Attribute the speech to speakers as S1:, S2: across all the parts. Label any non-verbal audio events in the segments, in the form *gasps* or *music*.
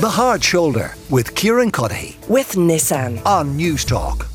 S1: The Hard Shoulder with Kieran Cuddy
S2: with Nissan.
S1: on News Talk.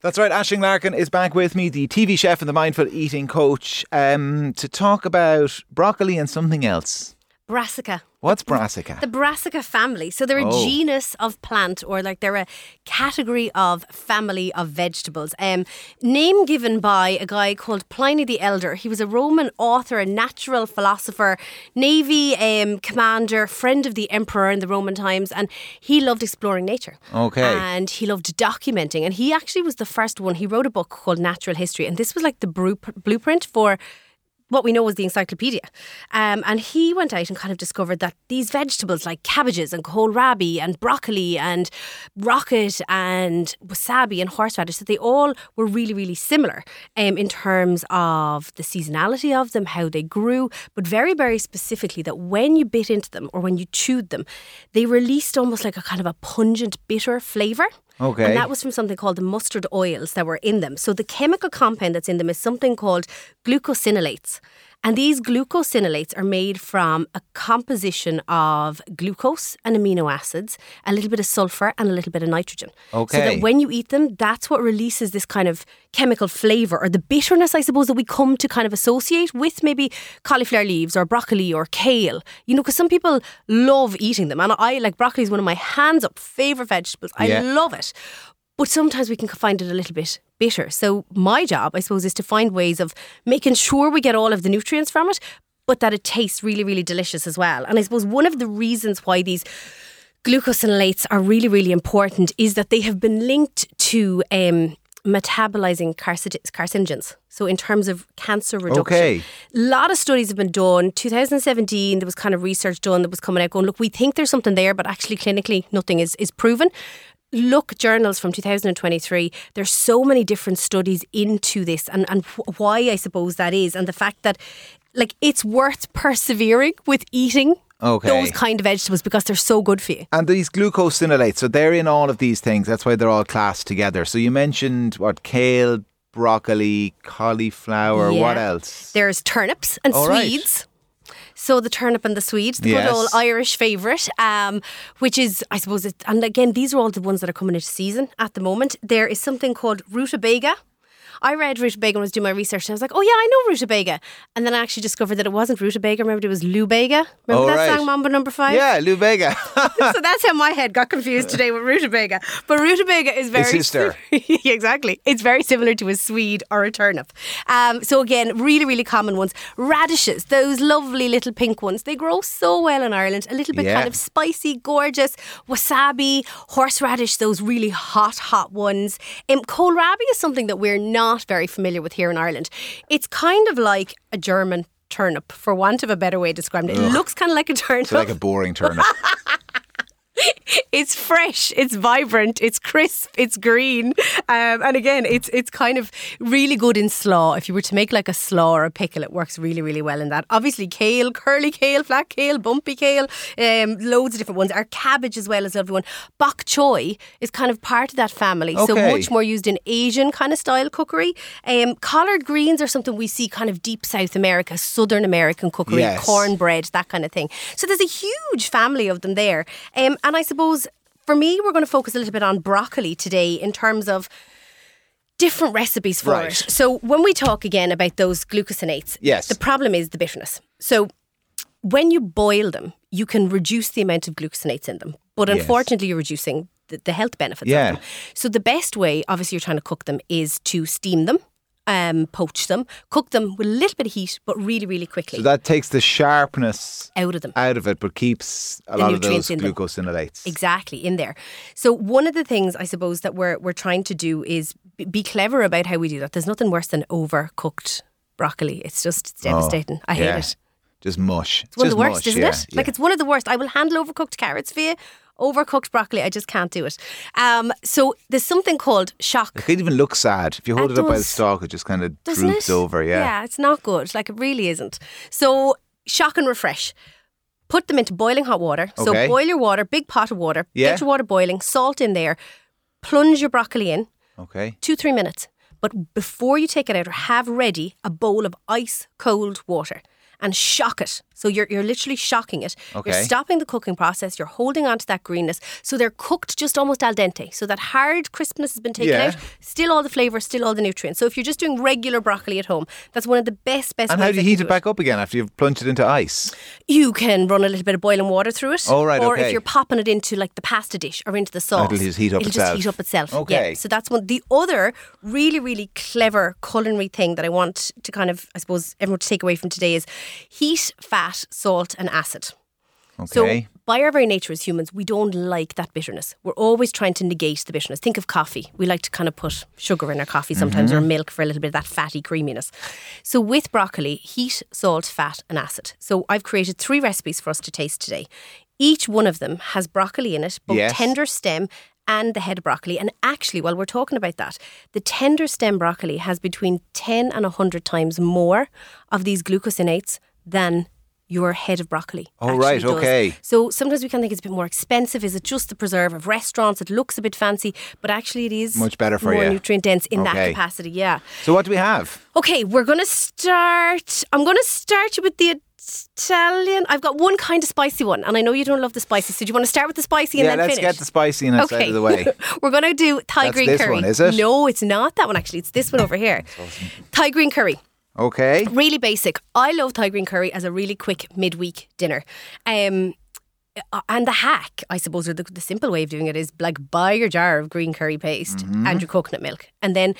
S3: That's right. Ashling Larkin is back with me, the TV chef and the mindful eating coach, um, to talk about broccoli and something else.
S4: Brassica.
S3: What's brassica?
S4: The Brassica family. So they're a
S3: Oh.
S4: genus of plant, or like they're a category of family of vegetables. Um, name given by a guy called Pliny the Elder. He was a Roman author, a natural philosopher, navy um, commander, friend of the emperor in the Roman times, and he loved exploring nature.
S3: Okay.
S4: And he loved documenting. And he actually was the first one. He wrote a book called Natural History, and this was like the bru- blueprint for what we know was the encyclopedia. Um, and he went out and kind of discovered that these vegetables like cabbages and kohlrabi and broccoli and rocket and wasabi and horseradish, that they all were really, really similar um, in terms of the seasonality of them, how they grew, but very, very specifically that when you bit into them or when you chewed them, they released almost like a kind of a pungent, bitter flavour.
S3: Okay.
S4: And that was from something called the mustard oils that were in them. So the chemical compound that's in them is something called glucosinolates. And these glucosinolates are made from a composition of glucose and amino acids, a little bit of sulfur and a little bit of nitrogen. So
S3: Okay.
S4: that when you eat them, that's what releases this kind of chemical flavor or the bitterness, I suppose, that we come to kind of associate with maybe cauliflower leaves or broccoli or kale. You know, because some people love eating them. And I like broccoli is one of my hands up favorite vegetables. I
S3: Yeah.
S4: love it. But sometimes we can find it a little bit bitter. So my job, I suppose, is to find ways of making sure we get all of the nutrients from it, but that it tastes really, really delicious as well. And I suppose one of the reasons why these glucosinolates are really, really important is that they have been linked to um, metabolizing carcit- carcinogens. So in terms of cancer reduction.
S3: Okay.
S4: A lot of studies have been done. 2017, there was kind of research done that was coming out going, look, we think there's something there, but actually clinically nothing is, is proven. Look, at journals from 2023, there's so many different studies into this and, and wh- why I suppose that is. And the fact that, like, it's worth persevering with eating
S3: Okay.
S4: those kind of vegetables because they're so good for you.
S3: and these glucosinolates, so they're in all of these things. That's why they're all classed together. So you mentioned what kale, broccoli, cauliflower.
S4: Yeah.
S3: What else?
S4: There's turnips and
S3: All right.
S4: Swedes. So the turnip and the Swedes, the
S3: Yes.
S4: good old Irish favourite, um, which is, I suppose, it, and again, these are all the ones that are coming into season at the moment. There is something called rutabaga. I read rutabaga when I was doing my research, and I was like, oh yeah, I know rutabaga. And then I actually discovered that it wasn't rutabaga. Remember, it was lubaga. Remember
S3: All
S4: that
S3: right.
S4: song, Mambo Number Five?
S3: yeah, Lubega.
S4: *laughs*
S3: *laughs*
S4: so that's how my head got confused today with rutabaga. But rutabaga is very
S3: sister.
S4: *laughs* Yeah, exactly. It's very similar to a swede or a turnip. Um, so again, really, really common ones. Radishes, those lovely little pink ones. They grow so well in Ireland. A little bit
S3: Yeah.
S4: kind of spicy, gorgeous. Wasabi, horseradish, those really hot, hot ones. Um, kohlrabi is something that we're not very familiar with here in Ireland. It's kind of like a German turnip, for want of a better way of describing it. It looks kind of like a turnip.
S3: it's like a boring turnip.
S4: *laughs* It's fresh, it's vibrant, it's crisp, it's green, um, and again, it's it's kind of really good in slaw. If you were to make like a slaw or a pickle, it works really really well in that. Obviously, kale, curly kale, flat kale, bumpy kale, um, loads of different ones. Our cabbage as well as everyone. Bok choy is kind of part of that family, so
S3: Okay.
S4: much more used in Asian kind of style cookery. Um, collard greens are something we see kind of deep South America, Southern American cookery,
S3: Yes.
S4: corn bread, that kind of thing. So there's a huge family of them there. Um, and I suppose for me, we're going to focus a little bit on broccoli today in terms of different recipes for
S3: Right.
S4: it. So when we talk again about those glucosinates,
S3: Yes.
S4: the problem is the bitterness. So when you boil them, you can reduce the amount of glucosinates in them. But
S3: Yes.
S4: unfortunately, you're reducing the, the health benefits
S3: Yeah.
S4: of them. So the best way, obviously, you're trying to cook them is to steam them, um, poach them, cook them with a little bit of heat, but really, really quickly
S3: so that takes the sharpness
S4: out of them.
S3: out of it, but keeps a
S4: The
S3: lot of those
S4: nutrients in them.
S3: glucosinolates.
S4: Exactly, in there. So one of the things I suppose that we're we're trying to do is b- be clever about how we do that. There's nothing worse than overcooked broccoli. It's just it's devastating. I hate
S3: Oh, yeah.
S4: it.
S3: Just mush.
S4: It's one
S3: Just
S4: of the worst,
S3: mush,
S4: isn't
S3: yeah,
S4: it? Like
S3: yeah.
S4: it's one of the worst. I will handle overcooked carrots for you. Overcooked broccoli, I just can't do it. Um, so there's something called shock.
S3: It could even look sad. If you hold it,
S4: It
S3: up by the
S4: does.
S3: stalk, it just kind of
S4: doesn't
S3: droops
S4: it?
S3: over. Yeah.
S4: yeah, it's not good. Like it really isn't. So shock and refresh. Put them into boiling hot water.
S3: Okay.
S4: So boil your water, big pot of water.
S3: Yeah.
S4: Get your water boiling, salt in there. Plunge your broccoli in
S3: Okay.
S4: two three minutes. But before you take it out, have ready a bowl of ice cold water and shock it So you're, you're literally shocking it.
S3: Okay.
S4: You're stopping the cooking process. You're holding on to that greenness. So they're cooked just almost al dente. So that hard crispness has been taken
S3: Yeah.
S4: out. Still all the flavour, still all the nutrients. So if you're just doing regular broccoli at home, that's one of the best, best
S3: And
S4: ways
S3: how do you
S4: I
S3: heat
S4: can
S3: it back up again after you've plunged it into ice?
S4: you can run a little bit of boiling water through it.
S3: Oh, right,
S4: or
S3: okay.
S4: if you're popping it into like the pasta dish or into the sauce,
S3: It'll just heat up
S4: it'll
S3: itself.
S4: Just heat up itself.
S3: Okay.
S4: Yeah. So that's one. The other really, really clever culinary thing that I want to kind of, I suppose, everyone to take away from today is heat, fat, salt, and acid.
S3: Okay.
S4: So, by our very nature as humans, we don't like that bitterness. We're always trying to negate the bitterness. Think of coffee. We like to kind of put sugar in our coffee sometimes
S3: Mm-hmm.
S4: or milk for a little bit of that fatty creaminess. So, with broccoli, heat, salt, fat, and acid. So, I've created three recipes for us to taste today. Each one of them has broccoli in it, both
S3: Yes.
S4: tender stem and the head broccoli. And actually, while we're talking about that, the tender stem broccoli has between 10 and 100 times more of these glucosinates than your head of broccoli.
S3: Oh,
S4: actually
S3: right,
S4: does.
S3: okay.
S4: So sometimes we can think it's a bit more expensive. Is it just the preserve of restaurants? It looks a bit fancy, but actually it is
S3: Much better for
S4: more
S3: you.
S4: nutrient dense in
S3: Okay.
S4: that capacity. Yeah.
S3: So what do we have?
S4: Okay, we're gonna start. I'm gonna start you with the Italian. I've got one kind of spicy one, and I know you don't love the spicy. So do you want to start with the spicy and
S3: yeah,
S4: then
S3: let's
S4: finish?
S3: get the spiciness out of the way.
S4: *laughs* We're going to do Thai
S3: That's
S4: green
S3: this
S4: curry.
S3: one, is it?
S4: No, it's not that one actually. It's this one over here. Thai green curry. *laughs*
S3: Okay.
S4: Really basic. I love Thai green curry as a really quick midweek dinner. Um uh, and the hack, I suppose, or the, the simple way of doing it is like buy your jar of green curry paste and your coconut milk. And then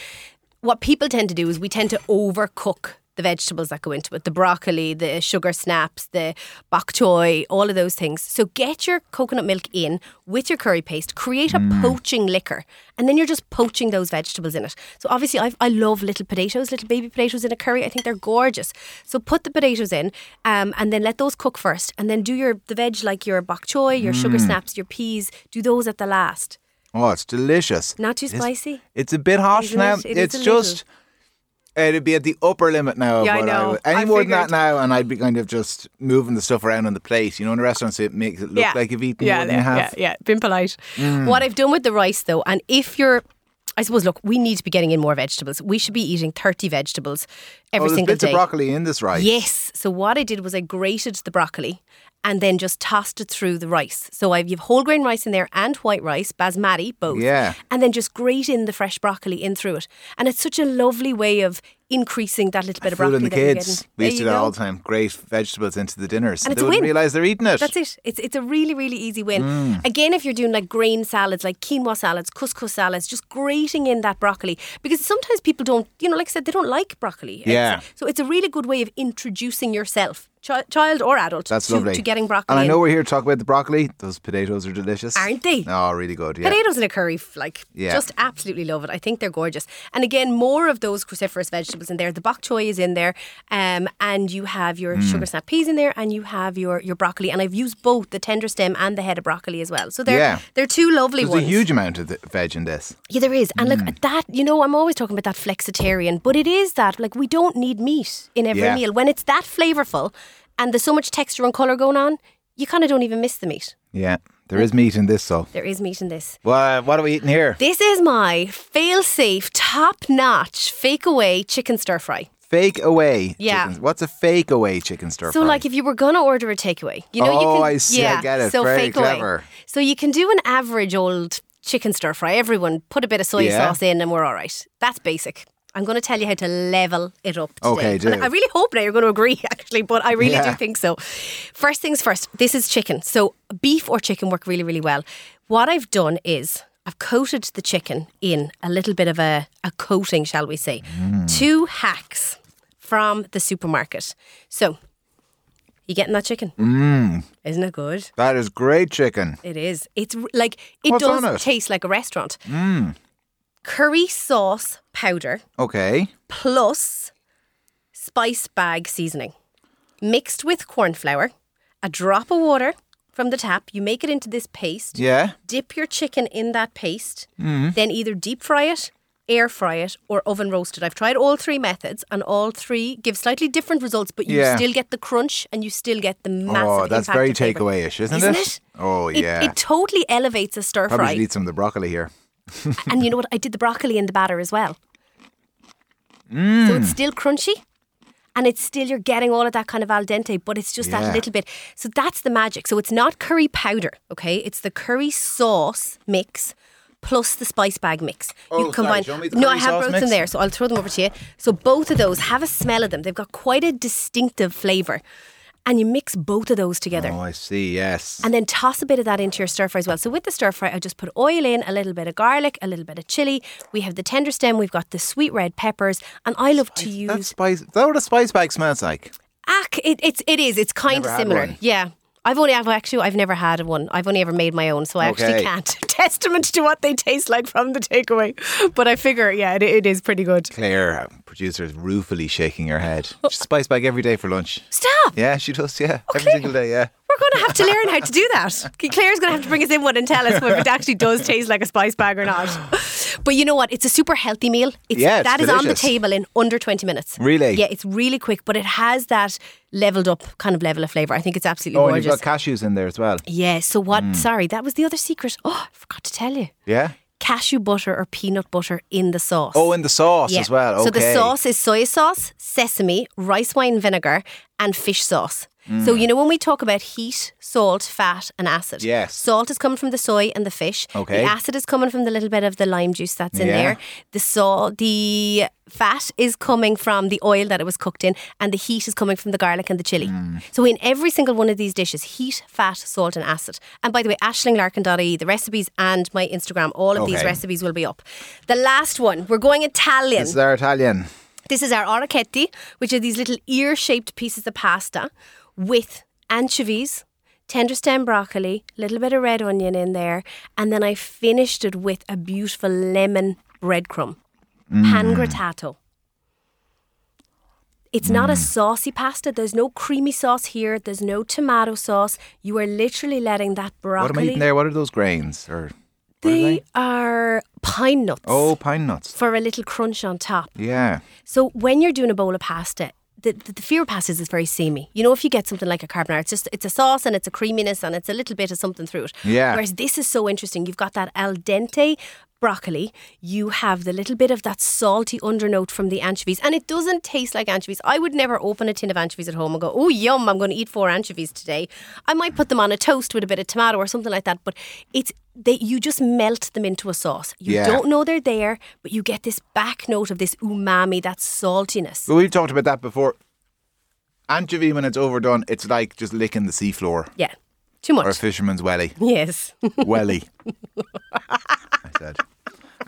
S4: what people tend to do is we tend to overcook the vegetables that go into it the broccoli, the sugar snaps, the bok choy, all of those things. So get your coconut milk in with your curry paste, create a
S3: Mm.
S4: poaching liquor, and then you're just poaching those vegetables in it. So obviously, I've, I love little potatoes, little baby potatoes in a curry. I think they're gorgeous. So put the potatoes in um, and then let those cook first, and then do your the veg like your bok choy, your sugar
S3: Mm.
S4: snaps, your peas, do those at the last.
S3: Oh, it's delicious.
S4: Not too
S3: It is-
S4: spicy.
S3: It's a bit harsh
S4: Isn't
S3: now.
S4: it? It is
S3: it's
S4: a little.
S3: just it'd be at the upper limit now. Of
S4: Yeah, I
S3: what
S4: know.
S3: would- any
S4: I
S3: more than that
S4: figured.
S3: now, and I'd be kind of just moving the stuff around on the plate. You know, in the restaurants, it makes it look like you've eaten more than you have. Mm.
S4: Yeah, yeah, been polite. What I've done with the rice though, and if you're I suppose look, we need to be getting in more vegetables. We should be eating 30 vegetables
S3: Oh,
S4: every
S3: there's
S4: single
S3: bits
S4: day.
S3: of broccoli in this rice.
S4: Yes. So what I did was I grated the broccoli and then just tossed it through the rice. So I've you've whole grain rice in there and white rice, basmati both.
S3: Yeah.
S4: And then just grate in the fresh broccoli in through it. And it's such a lovely way of increasing that little bit of broccoli
S3: Fooling the
S4: that you're
S3: kids.
S4: getting.
S3: We used to do
S4: There you
S3: that
S4: go.
S3: all the time. Great vegetables into the dinners.
S4: And it's
S3: they
S4: a
S3: wouldn't
S4: win.
S3: realise they're eating it. Mm.
S4: That's it. It's it's a really really easy win. Again, if you're doing like grain salads, like quinoa salads, couscous salads, just grating in that broccoli because sometimes people don't, you know, like I said, they don't like broccoli. It's-
S3: Yeah.
S4: so it's a really good way of introducing yourself, chi- child or adult,
S3: That's
S4: to,
S3: lovely.
S4: to getting broccoli.
S3: And I
S4: in.
S3: know we're here to talk about the broccoli. Those potatoes are delicious.
S4: Aren't they?
S3: Oh, really good. Yeah.
S4: Potatoes in a curry, f- like,
S3: Yeah.
S4: just absolutely love it. I think they're gorgeous. And again, more of those cruciferous vegetables in there. The bok choy is in there, um, and you have your
S3: Mm.
S4: sugar snap peas in there, and you have your, your broccoli. And I've used both the tender stem and the head of broccoli as well. So they're
S3: Yeah.
S4: they're two lovely
S3: There's
S4: ones.
S3: a huge Mm. amount of the veg in this.
S4: yeah, there is. And look, that you know, I'm always talking about that flexitarian, but it is that like we don't need meat in every
S3: Yeah.
S4: meal when it's that flavorful, and there's so much texture and color going on. You kind of don't even miss the meat.
S3: Yeah. There is meat in this, so.
S4: There is meat in this.
S3: Well, what are we eating here?
S4: This is my fail safe, top notch, fake away chicken stir fry.
S3: Fake away.
S4: Yeah.
S3: chicken- What's a fake away chicken stir
S4: So,
S3: fry?
S4: like, if you were gonna order a takeaway, you know, you
S3: Oh,
S4: can.
S3: I see, I
S4: Yeah,
S3: get it.
S4: So
S3: Very
S4: fake
S3: clever.
S4: away. So you can do an average old chicken stir fry. Everyone put a bit of soy
S3: Yeah.
S4: sauce in, and we're all right. That's basic. I'm going to tell you how to level it up today.
S3: Okay, do.
S4: And I really hope now you're going to agree, *laughs* actually, but I really
S3: Yeah.
S4: do think so. First things first, this is chicken. So beef or chicken work really, really well. What I've done is I've coated the chicken in a little bit of a, a coating, shall we say.
S3: Mm.
S4: Two hacks from the supermarket. So you getting that chicken? Mm. Isn't it good?
S3: that is great chicken.
S4: It is. It's r- like it
S3: What's
S4: does
S3: on it? Mm.
S4: taste like a restaurant. Curry sauce powder
S3: Okay.
S4: plus spice bag seasoning, mixed with corn flour, a drop of water from the tap. You make it into this paste.
S3: Yeah. Mm-hmm.
S4: Dip your chicken in that paste. Then either deep fry it. Air fry it or oven roast it. I've tried all three methods, and all three give slightly different results, but you
S3: Yeah.
S4: still get the crunch and you still get the massive.
S3: oh, that's
S4: impact
S3: very
S4: of flavour.
S3: takeaway-ish, isn't,
S4: Isn't
S3: it?
S4: it?
S3: Oh,
S4: It,
S3: yeah.
S4: it totally elevates a stir
S3: Probably should
S4: fry.
S3: eat some of the broccoli here.
S4: *laughs* and you know
S3: Mm.
S4: what? I did the broccoli in the batter as well. So it's still crunchy and it's still you're getting all of that kind of al dente, but it's just
S3: Yeah.
S4: that little bit. So that's the magic. So it's not curry powder, okay? It's the curry sauce mix plus the spice bag mix.
S3: Oh, sorry, do you want me the
S4: no, I
S3: curry
S4: have
S3: sauce
S4: both in
S3: mix?
S4: there, so I'll throw them over to you. So both of those have a smell of them. They've got quite a distinctive flavor, and you mix both of those together.
S3: Oh, I see. Yes.
S4: And then toss a bit of that into your stir fry as well. So with the stir fry, I just put oil in, a little bit of garlic, a little bit of chili. We have the tender stem, we've got the sweet red peppers, and I love to
S3: that
S4: use
S3: spice. Is that what a spice bag smells like?
S4: Ack, it, it's it is. It's kind
S3: Never
S4: of
S3: had
S4: similar.
S3: one.
S4: Yeah. I've only I've actually I've never had one. I've only ever made my own, so I
S3: Okay.
S4: actually can't. *laughs* Testament to what they taste like from the takeaway. But I figure, yeah, it, it is pretty good.
S3: Claire, producer, is ruefully shaking her head.
S4: Oh.
S3: She spice bag every day for lunch.
S4: Stop!
S3: Yeah, she does. Yeah, every
S4: Okay.
S3: single day. Yeah.
S4: We're going to have to learn how to do that. Claire's going to have to bring us in one and tell us whether it actually does taste like a spice bag or
S3: *gasps*
S4: not. But you know what? It's a super healthy meal. It's,
S3: Yeah, it's
S4: that is on the
S3: delicious.
S4: table in under 20 minutes.
S3: Really?
S4: Yeah, it's really quick, but it has that leveled up kind of level of flavour. I think it's absolutely
S3: Oh, and
S4: gorgeous.
S3: you've got Mm. cashews in there as well.
S4: yeah, so what? Sorry, that was the other secret. *gasps* Oh, I forgot to tell you.
S3: Yeah.
S4: Cashew butter or peanut butter in the sauce.
S3: Oh, and the sauce
S4: Yeah.
S3: as well. Okay.
S4: So the sauce is soy sauce, sesame, rice wine vinegar, and fish sauce. So
S3: Mm.
S4: you know when we talk about heat, salt, fat, and acid.
S3: Yes.
S4: Salt is coming from the soy and the fish.
S3: Okay.
S4: The acid is coming from the little bit of the lime juice that's in
S3: Yeah.
S4: there. The salt, the fat is coming from the oil that it was cooked in, and the heat is coming from the garlic and the chili.
S3: Mm.
S4: So in every single one of these dishes, heat, fat, salt, and acid. And by the way, ashlinglarkin.ie, E, the recipes and my Instagram, all of these
S3: Okay.
S4: recipes will be up. The last one, we're going Italian.
S3: This is our Italian.
S4: This is our orecchietti, which are these little ear shaped pieces of pasta with anchovies, tender stem broccoli, a little bit of red onion in there, and then I finished it with a beautiful lemon breadcrumb.
S3: Mm.
S4: Pan grattato. It's not
S3: Mm.
S4: a saucy pasta. There's no creamy sauce here. There's no tomato sauce. You are literally letting that broccoli.
S3: What am I eating there? What are those grains? Or what are
S4: they,
S3: they?
S4: are pine nuts
S3: Oh, pine nuts.
S4: for a little crunch on top.
S3: Yeah.
S4: So when you're doing a bowl of pasta, the, the, the fear of pastas is very samey. You know, if you get something like a carbonara, it's just it's a sauce and it's a creaminess and it's a little bit of something through it.
S3: Yeah.
S4: Whereas this is so interesting. You've got that al dente broccoli. You have the little bit of that salty undernote from the anchovies, and it doesn't taste like anchovies. I would never open a tin of anchovies at home and go, "Oh, yum! I'm going to eat four anchovies today." I might put them on a toast with a bit of tomato or something like that. But it's they you just melt them into a sauce. You
S3: Yeah.
S4: don't know they're there, but you get this back note of this umami, that saltiness.
S3: But we've talked about that before. Anchovy, when it's overdone, it's like just licking the seafloor
S4: Yeah, too
S3: or a
S4: much.
S3: fisherman's
S4: *laughs*
S3: welly.
S4: Yes, you,
S3: Welly. I said.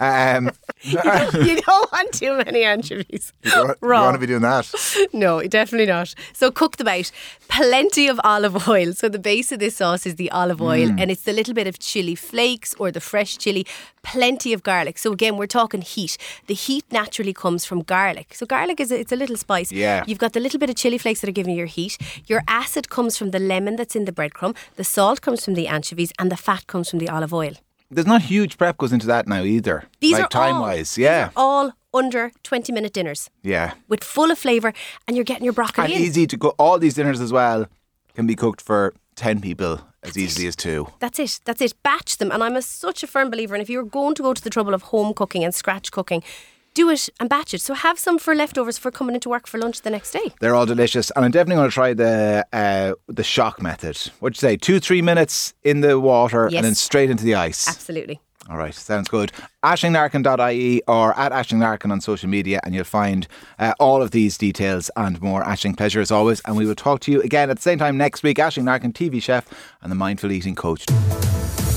S3: Um,
S4: don't, you don't want too many anchovies.
S3: you don't
S4: Raw.
S3: want to be doing that.
S4: No, definitely not. So cook them out. Plenty of olive *laughs* oil. So the base of this sauce is the olive oil,
S3: Mm.
S4: and it's the little bit of chili flakes or the fresh chili. Plenty of garlic. So again, we're talking heat. The heat naturally comes from garlic. So garlic is a, it's a little spice.
S3: Yeah.
S4: You've got the little bit of chili flakes that are giving you your heat. Your acid comes from the lemon that's in the breadcrumb. The salt comes from the anchovies, and the fat comes from the olive oil.
S3: There's not huge prep goes into that now either.
S4: These
S3: like
S4: are
S3: time
S4: all-
S3: wise.
S4: these
S3: Yeah.
S4: are all under twenty minute dinners
S3: yeah.
S4: with full of flavour, and you're getting your broccoli.
S3: And
S4: in.
S3: easy to cook. All these dinners as well can be cooked for 10 people as easily as two.
S4: That's it. That's it. Batch them. And I'm a, such a firm believer. And if you're going to go to the trouble of home cooking and scratch cooking, do it and batch it. So have some for leftovers for coming into work for lunch the next day.
S3: They're all delicious, and I'm definitely going to try the uh, the shock method. What'd you say? Two, three minutes in the water,
S4: Yes.
S3: and then straight into the ice.
S4: Absolutely.
S3: All right, sounds good. Ashlinglarkin.ie or at Ashling on social media, and you'll find uh, all of these details and more. Ashling, pleasure as always, and we will talk to you again at the same time next week. Ashling Larkin, TV chef and the mindful eating coach.